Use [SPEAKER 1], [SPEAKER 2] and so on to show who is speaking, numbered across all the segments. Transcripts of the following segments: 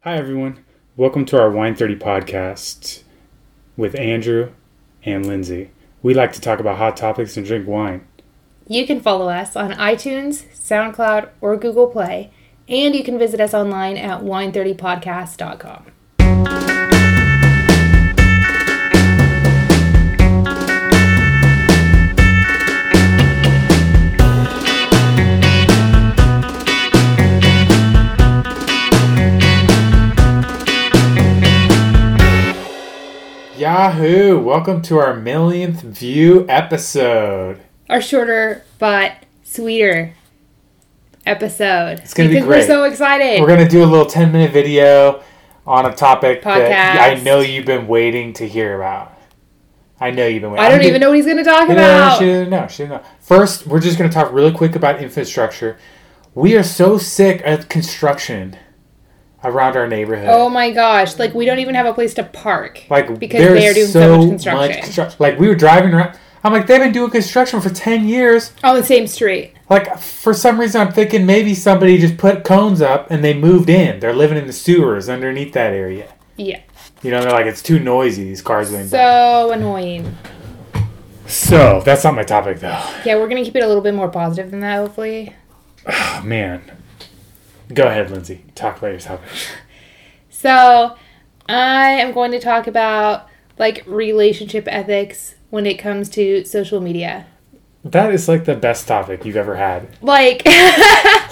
[SPEAKER 1] Hi, everyone. Welcome to our Wine 30 podcast with Andrew and Lindsay. We like to talk about hot topics and drink wine.
[SPEAKER 2] You can follow us on iTunes, SoundCloud, or Google Play, and you can visit us online at wine30podcast.com.
[SPEAKER 1] Yahoo! Welcome to our millionth view episode.
[SPEAKER 2] Our shorter but sweeter episode. It's
[SPEAKER 1] gonna be
[SPEAKER 2] We're
[SPEAKER 1] great.
[SPEAKER 2] so excited.
[SPEAKER 1] We're going to do a little 10 minute video on a topic that
[SPEAKER 2] Podcast.
[SPEAKER 1] I know you've been waiting to hear about. I know you've been waiting.
[SPEAKER 2] I don't even know what he's going to talk
[SPEAKER 1] No, no, no,
[SPEAKER 2] about.
[SPEAKER 1] she didn't know. She didn't know. First, we're just going to talk really quick about infrastructure. We are so sick of construction around our neighborhood.
[SPEAKER 2] Oh my gosh! Like we don't even have a place to park.
[SPEAKER 1] like
[SPEAKER 2] because
[SPEAKER 1] there's
[SPEAKER 2] they are doing so much construction.
[SPEAKER 1] construct- like we were driving around. I'm like, they've been doing construction for ten years.
[SPEAKER 2] on the same street.
[SPEAKER 1] Like for some reason, I'm thinking maybe somebody just put cones up and they moved in. They're living in the sewers underneath that area.
[SPEAKER 2] Yeah.
[SPEAKER 1] You know, they're like, it's too noisy. These cars going by.
[SPEAKER 2] So annoying.
[SPEAKER 1] So that's not my topic though.
[SPEAKER 2] Yeah, we're gonna keep it a little bit more positive than that. Hopefully.
[SPEAKER 1] Oh, man, go ahead, Lindsay. Talk about your topic.
[SPEAKER 2] So, I am going to talk about like relationship ethics when it comes to social media.
[SPEAKER 1] That is like the best topic you've ever had.
[SPEAKER 2] Like,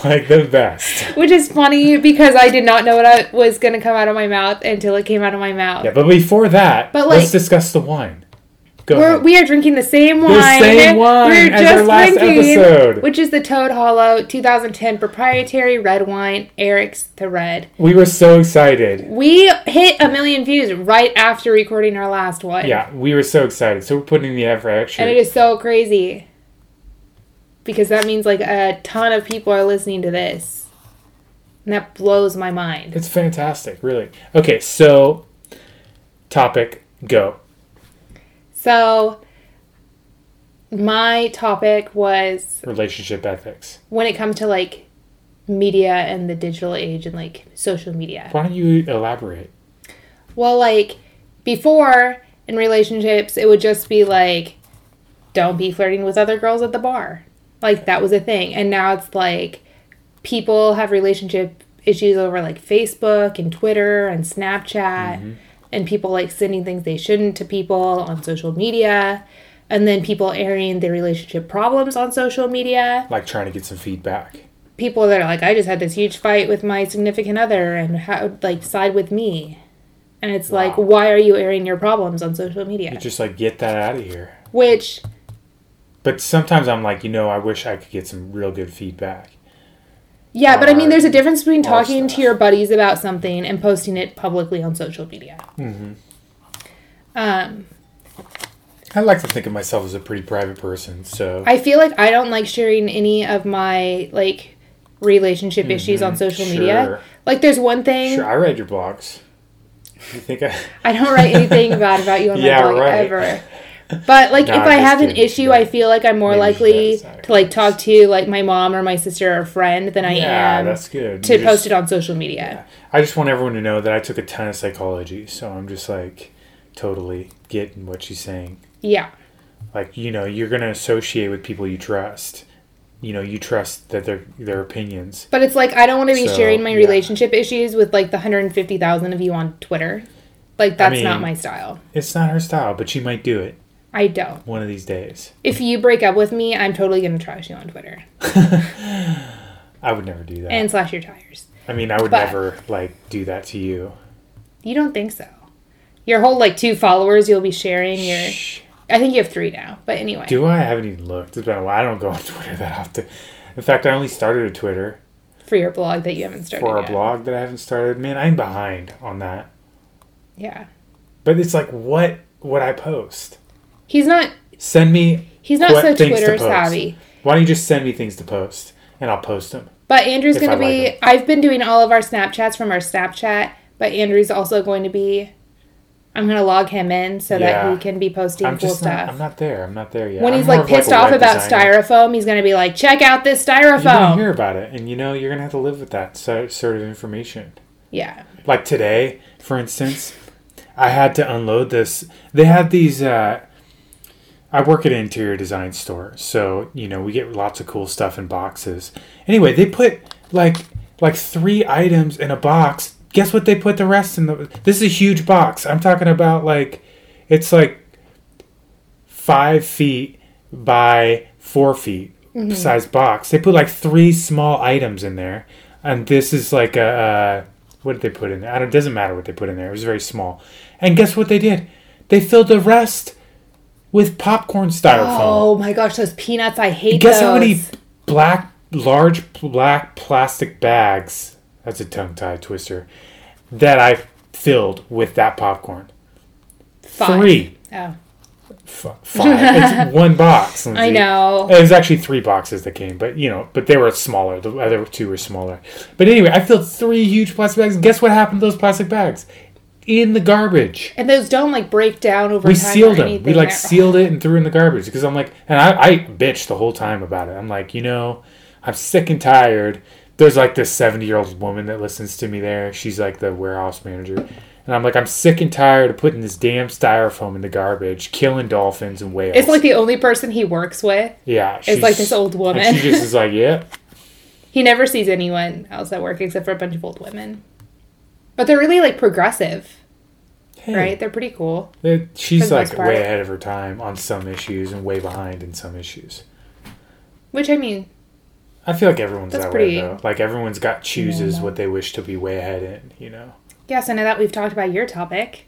[SPEAKER 1] Like the best.
[SPEAKER 2] which is funny because I did not know what I was going to come out of my mouth until it came out of my mouth.
[SPEAKER 1] Yeah, but before that,
[SPEAKER 2] But,
[SPEAKER 1] let's
[SPEAKER 2] like-
[SPEAKER 1] discuss the wine. Go
[SPEAKER 2] We're,
[SPEAKER 1] ahead.
[SPEAKER 2] we are drinking the same wine.
[SPEAKER 1] same wine as our last episode.
[SPEAKER 2] which is the Toad Hollow 2010 proprietary red wine, Eric's the Red.
[SPEAKER 1] we were so excited.
[SPEAKER 2] We hit a million views right after recording our last one.
[SPEAKER 1] Yeah, we were so excited. So we're putting in the effort extra.
[SPEAKER 2] And it is so crazy. Because that means like a ton of people are listening to this. And that blows my mind.
[SPEAKER 1] it's fantastic, really. Okay, so topic go.
[SPEAKER 2] So my topic was
[SPEAKER 1] Relationship ethics.
[SPEAKER 2] when it comes to like media and the digital age and like social media.
[SPEAKER 1] Why don't you elaborate?
[SPEAKER 2] Well, like before in relationships, it would just be like don't be flirting with other girls at the bar. Like that was a thing. And now it's like people have relationship issues over like Facebook and Twitter and Snapchat and people like sending things they shouldn't to people on social media and then people airing their relationship problems on social media.
[SPEAKER 1] Like trying to get some feedback.
[SPEAKER 2] People that are like I just had this huge fight with my significant other and how like side with me. And it's like
[SPEAKER 1] Wow.
[SPEAKER 2] why are you airing your problems on social media?
[SPEAKER 1] Just like get that out of here.
[SPEAKER 2] Which
[SPEAKER 1] But sometimes I'm like, you know, I wish I could get some real good feedback.
[SPEAKER 2] Yeah, but I mean,
[SPEAKER 1] Uh,
[SPEAKER 2] there's a difference between
[SPEAKER 1] Or
[SPEAKER 2] talking
[SPEAKER 1] stuff.
[SPEAKER 2] to your buddies about something and posting it publicly on social media. Um,
[SPEAKER 1] I like to think of myself as a pretty private person, so
[SPEAKER 2] I feel like I don't like sharing any of my like relationship issues on social
[SPEAKER 1] Mm-hmm. sure.
[SPEAKER 2] media. Like, there's one thing
[SPEAKER 1] sure I read your blogs. You think I
[SPEAKER 2] I don't write anything bad about you on my
[SPEAKER 1] Yeah,
[SPEAKER 2] blog
[SPEAKER 1] right.
[SPEAKER 2] ever. But like,
[SPEAKER 1] No,
[SPEAKER 2] if
[SPEAKER 1] I'm
[SPEAKER 2] I
[SPEAKER 1] just
[SPEAKER 2] have an
[SPEAKER 1] kidding.
[SPEAKER 2] issue,
[SPEAKER 1] Yeah.
[SPEAKER 2] I feel like I'm more
[SPEAKER 1] Maybe
[SPEAKER 2] likely
[SPEAKER 1] that's not
[SPEAKER 2] to like talk to like my mom or my sister or friend than I
[SPEAKER 1] Yeah,
[SPEAKER 2] am
[SPEAKER 1] that's good.
[SPEAKER 2] to
[SPEAKER 1] You just-
[SPEAKER 2] post it on social media.
[SPEAKER 1] I just want everyone to know that I took a ton of psychology, so I'm just like totally getting what she's saying.
[SPEAKER 2] Yeah.
[SPEAKER 1] Like, you know, you're gonna associate with people you trust. You know, you trust that their their opinions.
[SPEAKER 2] But it's like I don't want to be
[SPEAKER 1] So,
[SPEAKER 2] sharing my
[SPEAKER 1] yeah.
[SPEAKER 2] relationship issues with like the 150,000 of you on Twitter. Like that's
[SPEAKER 1] mean-
[SPEAKER 2] not my style.
[SPEAKER 1] It's not her style, but she might do it
[SPEAKER 2] I don't.
[SPEAKER 1] one of these days.
[SPEAKER 2] If you break up with me, I'm totally gonna trash you on Twitter
[SPEAKER 1] I would never do that.
[SPEAKER 2] and slash your tires.
[SPEAKER 1] I mean, I would
[SPEAKER 2] but-
[SPEAKER 1] never like do that to you.
[SPEAKER 2] You don't think so? Your whole like two followers you'll be sharing your.
[SPEAKER 1] Shh.
[SPEAKER 2] I think you have three now, but anyway.
[SPEAKER 1] Do I? I haven't even looked. It's been a while. I don't go on Twitter that often. In fact, I only started a Twitter
[SPEAKER 2] for your blog that you haven't started
[SPEAKER 1] for a
[SPEAKER 2] yet.
[SPEAKER 1] blog that I haven't started. Man, I'm behind on that.
[SPEAKER 2] Yeah,
[SPEAKER 1] But it's like, what would I post?
[SPEAKER 2] he's not.
[SPEAKER 1] Send me
[SPEAKER 2] He's not
[SPEAKER 1] What
[SPEAKER 2] so
[SPEAKER 1] things to
[SPEAKER 2] Twitter
[SPEAKER 1] post.
[SPEAKER 2] savvy.
[SPEAKER 1] Why don't you just send me things to post and I'll post them?
[SPEAKER 2] But Andrew's
[SPEAKER 1] If
[SPEAKER 2] going
[SPEAKER 1] I
[SPEAKER 2] to
[SPEAKER 1] like
[SPEAKER 2] be.
[SPEAKER 1] him.
[SPEAKER 2] I've been doing all of our Snapchats from our Snapchat, but Andrew's also going to be. I'm going to log him in so
[SPEAKER 1] Yeah.
[SPEAKER 2] that he can be posting
[SPEAKER 1] I'm
[SPEAKER 2] cool
[SPEAKER 1] just
[SPEAKER 2] stuff.
[SPEAKER 1] not, I'm not there. I'm not there yet.
[SPEAKER 2] when
[SPEAKER 1] I'm
[SPEAKER 2] he's
[SPEAKER 1] more
[SPEAKER 2] like
[SPEAKER 1] of,
[SPEAKER 2] pissed
[SPEAKER 1] a
[SPEAKER 2] off
[SPEAKER 1] web
[SPEAKER 2] about
[SPEAKER 1] designer.
[SPEAKER 2] styrofoam, he's going to be like, check out this
[SPEAKER 1] You're gonna
[SPEAKER 2] styrofoam.
[SPEAKER 1] hear about it, and you know you're gonna have to live with that so- sort of information.
[SPEAKER 2] Yeah.
[SPEAKER 1] Like today, for instance, I had to unload this. They had these. Uh, I work at an interior design store, so you know we get lots of cool stuff in boxes. Anyway, they put like like three items in a box. Guess what? They put the rest in the. This is a huge box. I'm talking about like, it's like five feet by four feet
[SPEAKER 2] Mm-hmm.
[SPEAKER 1] size box. They put like three small items in there, and this is like a. Uh, what did they put in there? I don't, it doesn't matter what they put in there. It was very small. And guess what they did? They filled the rest with popcorn styrofoam.
[SPEAKER 2] Oh my gosh, those peanuts! I hate.
[SPEAKER 1] Guess
[SPEAKER 2] those.
[SPEAKER 1] how many black, large black plastic bags, that's a tongue tie twister, that I filled with that popcorn?
[SPEAKER 2] Five.
[SPEAKER 1] Three.
[SPEAKER 2] Oh,
[SPEAKER 1] F- five. it's one box.
[SPEAKER 2] I
[SPEAKER 1] Lindsay.
[SPEAKER 2] know.
[SPEAKER 1] It was actually three boxes that came, but you know, but they were smaller. The other two were smaller. But anyway, I filled three huge plastic bags. And guess what happened to those plastic bags? In the garbage.
[SPEAKER 2] And those don't like break down over
[SPEAKER 1] We
[SPEAKER 2] time.
[SPEAKER 1] sealed
[SPEAKER 2] or
[SPEAKER 1] them.
[SPEAKER 2] anything.
[SPEAKER 1] We like
[SPEAKER 2] They're-
[SPEAKER 1] sealed it and threw it in the garbage because I'm like, and I, I bitched the whole time about it. I'm like, you know, I'm sick and tired. There's like this 70 year old woman that listens to me there. She's like the warehouse manager. And I'm like, I'm sick and tired of putting this damn styrofoam in the garbage, killing dolphins and whales.
[SPEAKER 2] It's like the only person he works with.
[SPEAKER 1] yeah,
[SPEAKER 2] It's like this old
[SPEAKER 1] and
[SPEAKER 2] woman.
[SPEAKER 1] she just is like, yeah,
[SPEAKER 2] He never sees anyone else at work except for a bunch of old women. But they're really like progressive,
[SPEAKER 1] hey,
[SPEAKER 2] right? They're pretty cool.
[SPEAKER 1] It,
[SPEAKER 2] For
[SPEAKER 1] she's
[SPEAKER 2] the most
[SPEAKER 1] like
[SPEAKER 2] part.
[SPEAKER 1] way ahead of her time on some issues and way behind in some issues.
[SPEAKER 2] Which I mean,
[SPEAKER 1] I feel like everyone's
[SPEAKER 2] That's
[SPEAKER 1] that
[SPEAKER 2] pretty-
[SPEAKER 1] way though. Like everyone's got chooses what they wish to be way ahead in. You know.
[SPEAKER 2] yes, I know that we've talked about your topic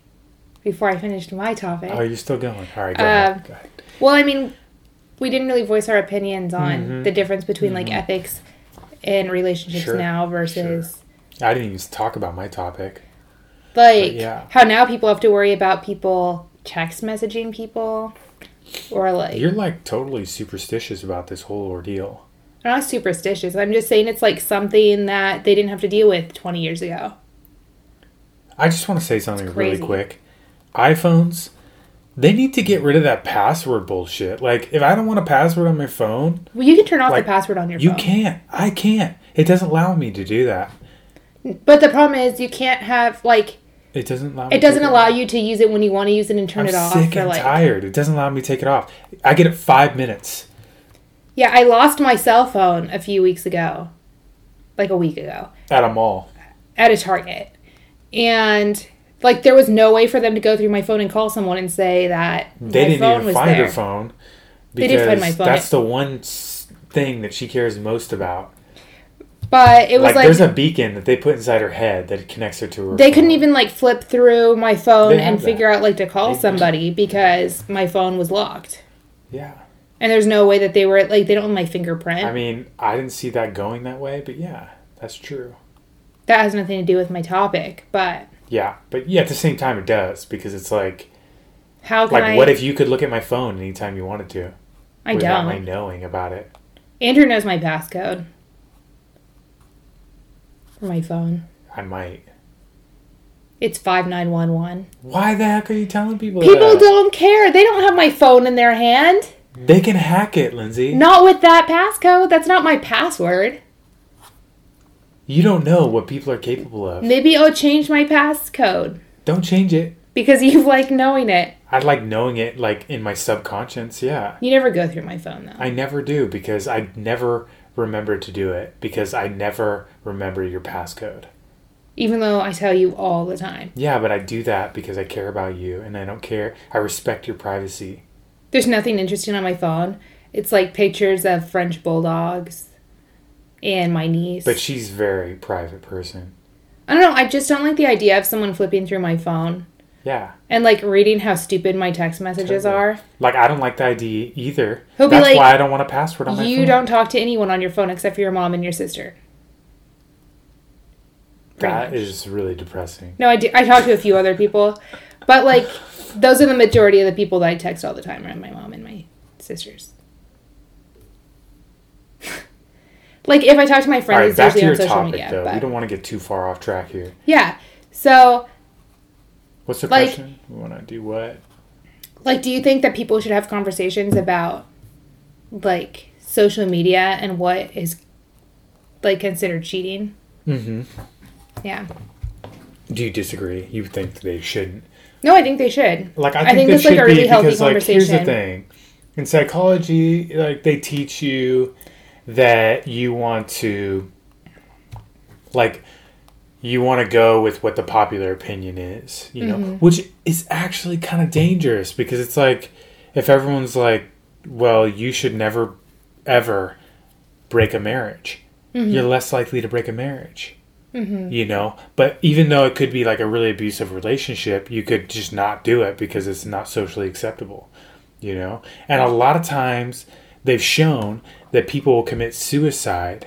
[SPEAKER 2] before I finished my topic.
[SPEAKER 1] Oh, you're still going. All right, go,
[SPEAKER 2] Um,
[SPEAKER 1] ahead. go ahead.
[SPEAKER 2] Well, I mean, we didn't really voice our opinions on the difference between like ethics and relationships
[SPEAKER 1] Mm-hmm. Sure,
[SPEAKER 2] now versus
[SPEAKER 1] I didn't even talk about my topic.
[SPEAKER 2] like
[SPEAKER 1] yeah.
[SPEAKER 2] how now people have to worry about people text messaging people or like
[SPEAKER 1] You're like totally superstitious about this whole ordeal.
[SPEAKER 2] I'm not superstitious. I'm just saying it's like something that they didn't have to deal with 20 years ago.
[SPEAKER 1] I just want to say something really
[SPEAKER 2] crazy.
[SPEAKER 1] quick. iPhones, they need to get rid of that password bullshit. Like, if I don't want a password on my phone,
[SPEAKER 2] Well, you can turn off
[SPEAKER 1] Like,
[SPEAKER 2] the password on your
[SPEAKER 1] You
[SPEAKER 2] phone.
[SPEAKER 1] can't. I can't. It doesn't allow me to do that.
[SPEAKER 2] But the problem is you can't have like
[SPEAKER 1] It doesn't allow. me
[SPEAKER 2] it
[SPEAKER 1] to
[SPEAKER 2] doesn't
[SPEAKER 1] do
[SPEAKER 2] allow you to use it when you want to use it and turn
[SPEAKER 1] that.
[SPEAKER 2] it off
[SPEAKER 1] I'm sick
[SPEAKER 2] or
[SPEAKER 1] and
[SPEAKER 2] like
[SPEAKER 1] tired. It doesn't allow me to take it off. I get it five minutes.
[SPEAKER 2] Yeah, I lost my cell phone a few weeks ago. Like a week ago.
[SPEAKER 1] At a mall.
[SPEAKER 2] at a Target. And like there was no way for them to go through my phone and call someone and say that
[SPEAKER 1] They
[SPEAKER 2] my
[SPEAKER 1] didn't
[SPEAKER 2] phone
[SPEAKER 1] even
[SPEAKER 2] was
[SPEAKER 1] find
[SPEAKER 2] there.
[SPEAKER 1] her phone.
[SPEAKER 2] They did find my
[SPEAKER 1] because
[SPEAKER 2] phone.
[SPEAKER 1] That's the one s- thing that she cares most about.
[SPEAKER 2] But it was
[SPEAKER 1] Like,
[SPEAKER 2] like,
[SPEAKER 1] there's a beacon that they put inside her head that connects her to her.
[SPEAKER 2] they
[SPEAKER 1] phone.
[SPEAKER 2] couldn't even like flip through my phone
[SPEAKER 1] They have
[SPEAKER 2] and
[SPEAKER 1] that.
[SPEAKER 2] figure out like to call
[SPEAKER 1] They do.
[SPEAKER 2] somebody because my phone was locked.
[SPEAKER 1] Yeah.
[SPEAKER 2] And there's no way that they were like they don't own my fingerprint.
[SPEAKER 1] I mean, I didn't see that going that way, but yeah, that's true.
[SPEAKER 2] that has nothing to do with my topic, but
[SPEAKER 1] Yeah, but yeah, at the same time, it does because it's like,
[SPEAKER 2] how can
[SPEAKER 1] like,
[SPEAKER 2] I
[SPEAKER 1] what if you could look at my phone anytime you wanted to
[SPEAKER 2] I
[SPEAKER 1] without
[SPEAKER 2] don't.
[SPEAKER 1] my knowing about it?
[SPEAKER 2] Andrew knows my passcode. For my phone.
[SPEAKER 1] I might.
[SPEAKER 2] It's five nine one one.
[SPEAKER 1] Why the heck are you telling people?
[SPEAKER 2] People
[SPEAKER 1] that?
[SPEAKER 2] don't care. They don't have my phone in their hand.
[SPEAKER 1] They can hack it, Lindsay.
[SPEAKER 2] Not with that passcode. That's not my password.
[SPEAKER 1] You don't know what people are capable of.
[SPEAKER 2] Maybe I'll change my passcode
[SPEAKER 1] Don't change it.
[SPEAKER 2] because you like knowing it.
[SPEAKER 1] I like knowing it, like in my subconscious. Yeah,
[SPEAKER 2] You never go through my phone though.
[SPEAKER 1] I never do because I never remember to do it because I never remember your passcode.
[SPEAKER 2] Even though I tell you all the time.
[SPEAKER 1] Yeah, but I do that because I care about you and I don't care. I respect your privacy.
[SPEAKER 2] There's nothing interesting on my phone. It's like pictures of French bulldogs and my niece.
[SPEAKER 1] But she's a very private person.
[SPEAKER 2] I don't know. I just don't like the idea of someone flipping through my phone
[SPEAKER 1] Yeah.
[SPEAKER 2] and like reading how stupid my text messages
[SPEAKER 1] Totally.
[SPEAKER 2] are.
[SPEAKER 1] Like I don't like the idea either.
[SPEAKER 2] He'll be
[SPEAKER 1] That's
[SPEAKER 2] like,
[SPEAKER 1] why I don't want a password on my
[SPEAKER 2] You
[SPEAKER 1] phone.
[SPEAKER 2] don't talk to anyone on your phone except for your mom and your sister. Pretty
[SPEAKER 1] That
[SPEAKER 2] much.
[SPEAKER 1] is really depressing.
[SPEAKER 2] No, I do. I talk to a few other people, but like those are the majority of the people that I text all the time around my mom and my sisters. like if I talk to my
[SPEAKER 1] All right,
[SPEAKER 2] friends,
[SPEAKER 1] back
[SPEAKER 2] it's
[SPEAKER 1] to
[SPEAKER 2] usually
[SPEAKER 1] your
[SPEAKER 2] on social
[SPEAKER 1] topic
[SPEAKER 2] media.
[SPEAKER 1] though. We
[SPEAKER 2] but-
[SPEAKER 1] don't want to get too far off track here.
[SPEAKER 2] yeah. So,
[SPEAKER 1] What's the
[SPEAKER 2] Like-
[SPEAKER 1] question? We want to do what?
[SPEAKER 2] like, do you think that people should have conversations about like social media and what is like considered cheating?
[SPEAKER 1] Mm-hmm.
[SPEAKER 2] Yeah.
[SPEAKER 1] Do you disagree? You think they shouldn't?
[SPEAKER 2] No, I think they should.
[SPEAKER 1] Like I
[SPEAKER 2] I
[SPEAKER 1] think,
[SPEAKER 2] think
[SPEAKER 1] they
[SPEAKER 2] that's, like,
[SPEAKER 1] should
[SPEAKER 2] a really
[SPEAKER 1] be
[SPEAKER 2] healthy
[SPEAKER 1] because like here's the
[SPEAKER 2] conversation.
[SPEAKER 1] thing, in psychology, like they teach you that you want to, like, you want to go with what the popular opinion is, you know,
[SPEAKER 2] Mm-hmm.
[SPEAKER 1] which is actually kind of dangerous because it's like if everyone's like, well, you should never, ever break a marriage,
[SPEAKER 2] Mm-hmm.
[SPEAKER 1] you're less likely to break a marriage you know but even though it could be like a really abusive relationship you could just not do it because it's not socially acceptable you know and a lot of times they've shown that people will commit suicide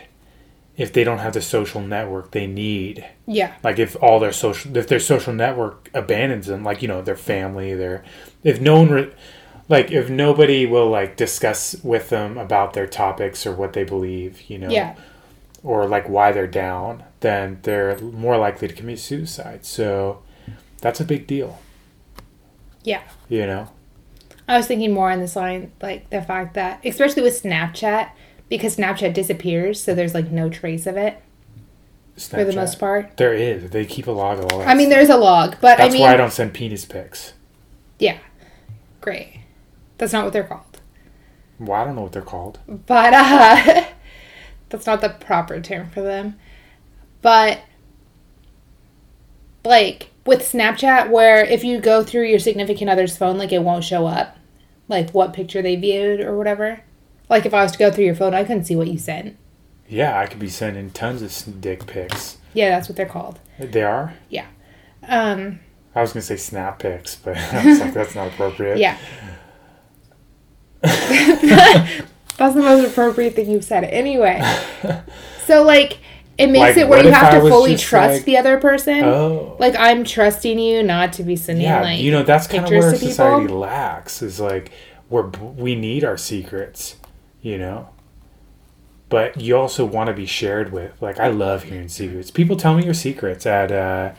[SPEAKER 1] if they don't have the social network they need
[SPEAKER 2] Yeah.
[SPEAKER 1] like if all their social if their social network abandons them like you know their family their if no one re, like if nobody will like discuss with them about their topics or what they believe you know
[SPEAKER 2] Yeah.
[SPEAKER 1] or like why they're down, then they're more likely to commit suicide. So that's a big deal,
[SPEAKER 2] Yeah.
[SPEAKER 1] you know?
[SPEAKER 2] I was thinking more on this line, like the fact that, especially with Snapchat, because Snapchat disappears, so there's like no trace of it for the
[SPEAKER 1] Snapchat.
[SPEAKER 2] most part.
[SPEAKER 1] There is. They keep a log of all that.
[SPEAKER 2] I mean,
[SPEAKER 1] stuff.
[SPEAKER 2] there's a log, but
[SPEAKER 1] that's
[SPEAKER 2] I mean,
[SPEAKER 1] why I don't send penis pics.
[SPEAKER 2] yeah, great. That's not what they're called,
[SPEAKER 1] Well, I don't know what they're called.
[SPEAKER 2] but uh, that's not the proper term for them. But like with Snapchat, where if you go through your significant other's phone, like it won't show up, like what picture they viewed or whatever. Like if I was to go through your phone, I couldn't see what you sent.
[SPEAKER 1] Yeah, I could be sending tons of sn- dick pics.
[SPEAKER 2] Yeah, that's what they're called.
[SPEAKER 1] They are?
[SPEAKER 2] Yeah. Um,
[SPEAKER 1] I was going to say snap pics, but I was like, that's not appropriate.
[SPEAKER 2] yeah. That's the most appropriate thing you've said. Anyway. So like it makes
[SPEAKER 1] Like,
[SPEAKER 2] it where
[SPEAKER 1] what
[SPEAKER 2] you
[SPEAKER 1] if
[SPEAKER 2] have
[SPEAKER 1] I
[SPEAKER 2] to
[SPEAKER 1] was
[SPEAKER 2] fully
[SPEAKER 1] just,
[SPEAKER 2] trust
[SPEAKER 1] like-
[SPEAKER 2] the other person.
[SPEAKER 1] Oh.
[SPEAKER 2] Like I'm trusting you not to be sending
[SPEAKER 1] Yeah,
[SPEAKER 2] like
[SPEAKER 1] you know, that's kind of
[SPEAKER 2] pictures
[SPEAKER 1] where
[SPEAKER 2] to people?
[SPEAKER 1] society lacks is like where b- we need our secrets, you know. But you also want to be shared with. Like I love hearing secrets. People tell me your secrets at uh,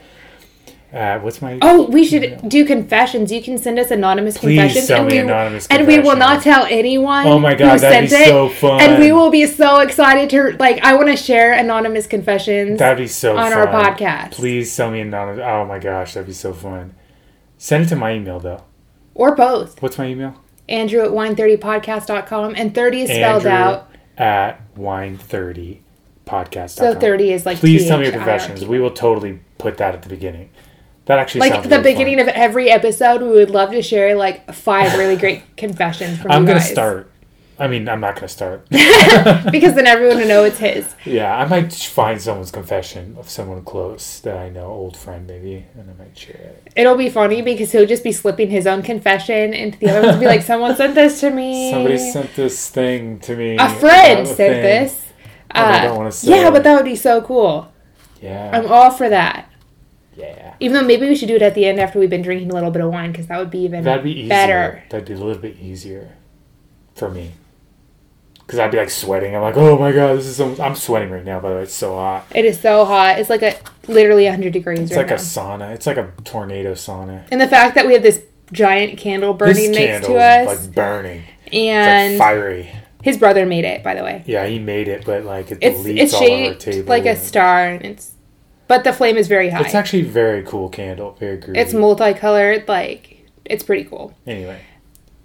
[SPEAKER 1] uh what's my
[SPEAKER 2] Oh, we should do confessions. You can send us anonymous
[SPEAKER 1] Please
[SPEAKER 2] confessions,
[SPEAKER 1] sell me
[SPEAKER 2] we
[SPEAKER 1] anonymous
[SPEAKER 2] and we will not
[SPEAKER 1] confessions.
[SPEAKER 2] tell anyone.
[SPEAKER 1] Oh my God, that'd be so fun.
[SPEAKER 2] And we will be so excited to like. I want to share anonymous confessions.
[SPEAKER 1] that'd be so fun.
[SPEAKER 2] on our podcast.
[SPEAKER 1] Please tell me anonymous. Oh my gosh, that'd be so fun. Send it to my email though.
[SPEAKER 2] Or both.
[SPEAKER 1] What's my email?
[SPEAKER 2] Andrew at wine30podcast.com. And 30 is spelled
[SPEAKER 1] Andrew
[SPEAKER 2] out.
[SPEAKER 1] at wine thirty podcast.
[SPEAKER 2] So 30 is like
[SPEAKER 1] Please tell me your
[SPEAKER 2] THIRT.
[SPEAKER 1] confessions. We will totally put that at the beginning. That actually
[SPEAKER 2] Like
[SPEAKER 1] sounds
[SPEAKER 2] the
[SPEAKER 1] really
[SPEAKER 2] beginning
[SPEAKER 1] fun.
[SPEAKER 2] of every episode, we would love to share like five really great confessions from
[SPEAKER 1] I'm
[SPEAKER 2] you
[SPEAKER 1] gonna
[SPEAKER 2] guys.
[SPEAKER 1] start. I mean, I'm not gonna start.
[SPEAKER 2] Because then everyone will know it's his.
[SPEAKER 1] yeah, I might find someone's confession of someone close that I know, old friend maybe, and I might share it.
[SPEAKER 2] It'll be funny because he'll just be slipping his own confession into the other ones and be like, someone sent this to me.
[SPEAKER 1] Somebody sent this thing to me.
[SPEAKER 2] Eh. A friend
[SPEAKER 1] about a thing.
[SPEAKER 2] said this.
[SPEAKER 1] I don't
[SPEAKER 2] Uh,
[SPEAKER 1] wanna say.
[SPEAKER 2] yeah, but that would be so cool.
[SPEAKER 1] Yeah.
[SPEAKER 2] I'm all for that.
[SPEAKER 1] yeah.
[SPEAKER 2] Even though maybe we should do it at the end after we've been drinking a little bit of wine because that would be even
[SPEAKER 1] That'd be easier.
[SPEAKER 2] better.
[SPEAKER 1] That'd be a little bit easier for me. Cause I'd be like sweating. I'm like, oh my god, this is. So, I'm sweating right now. By the way, it's so hot.
[SPEAKER 2] It is so hot. It's like a literally 100 degrees
[SPEAKER 1] It's
[SPEAKER 2] right
[SPEAKER 1] like a
[SPEAKER 2] now.
[SPEAKER 1] sauna. It's like a tornado sauna.
[SPEAKER 2] and the fact that we have this giant candle burning
[SPEAKER 1] this
[SPEAKER 2] next
[SPEAKER 1] candle
[SPEAKER 2] to
[SPEAKER 1] is
[SPEAKER 2] us,
[SPEAKER 1] like burning.
[SPEAKER 2] and
[SPEAKER 1] It's like fiery.
[SPEAKER 2] his brother made it, by the way.
[SPEAKER 1] Yeah, he made it, but like it
[SPEAKER 2] It's
[SPEAKER 1] leaks
[SPEAKER 2] it's
[SPEAKER 1] all over the
[SPEAKER 2] shaped
[SPEAKER 1] table.
[SPEAKER 2] like a
[SPEAKER 1] and-
[SPEAKER 2] star, and it's but the flame is very high.
[SPEAKER 1] It's
[SPEAKER 2] It's,
[SPEAKER 1] actually a very cool candle. Very groovy.
[SPEAKER 2] multicolored, like it's pretty cool.
[SPEAKER 1] anyway.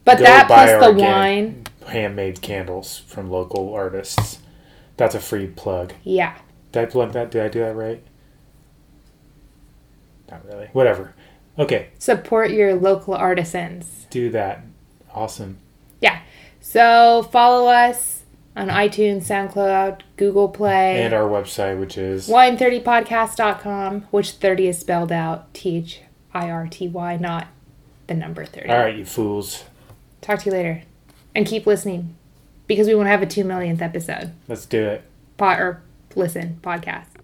[SPEAKER 2] But
[SPEAKER 1] go
[SPEAKER 2] that
[SPEAKER 1] buy
[SPEAKER 2] plus the
[SPEAKER 1] organic
[SPEAKER 2] wine,
[SPEAKER 1] handmade candles from local artists. That's a free plug.
[SPEAKER 2] yeah,
[SPEAKER 1] Did I plug that? Did I do that right? Not really. Whatever. Okay,
[SPEAKER 2] support your local artisans.
[SPEAKER 1] do that. Awesome.
[SPEAKER 2] Yeah, so follow us on iTunes, SoundCloud, Google Play,
[SPEAKER 1] And our website, which is
[SPEAKER 2] wine30podcast.com, which 30 is spelled out T H I R T Y, not the number 30.
[SPEAKER 1] all right, you fools.
[SPEAKER 2] Talk to you later. And keep listening because we want to have a 2 millionth episode.
[SPEAKER 1] Let's do it.
[SPEAKER 2] Pot or listen podcast.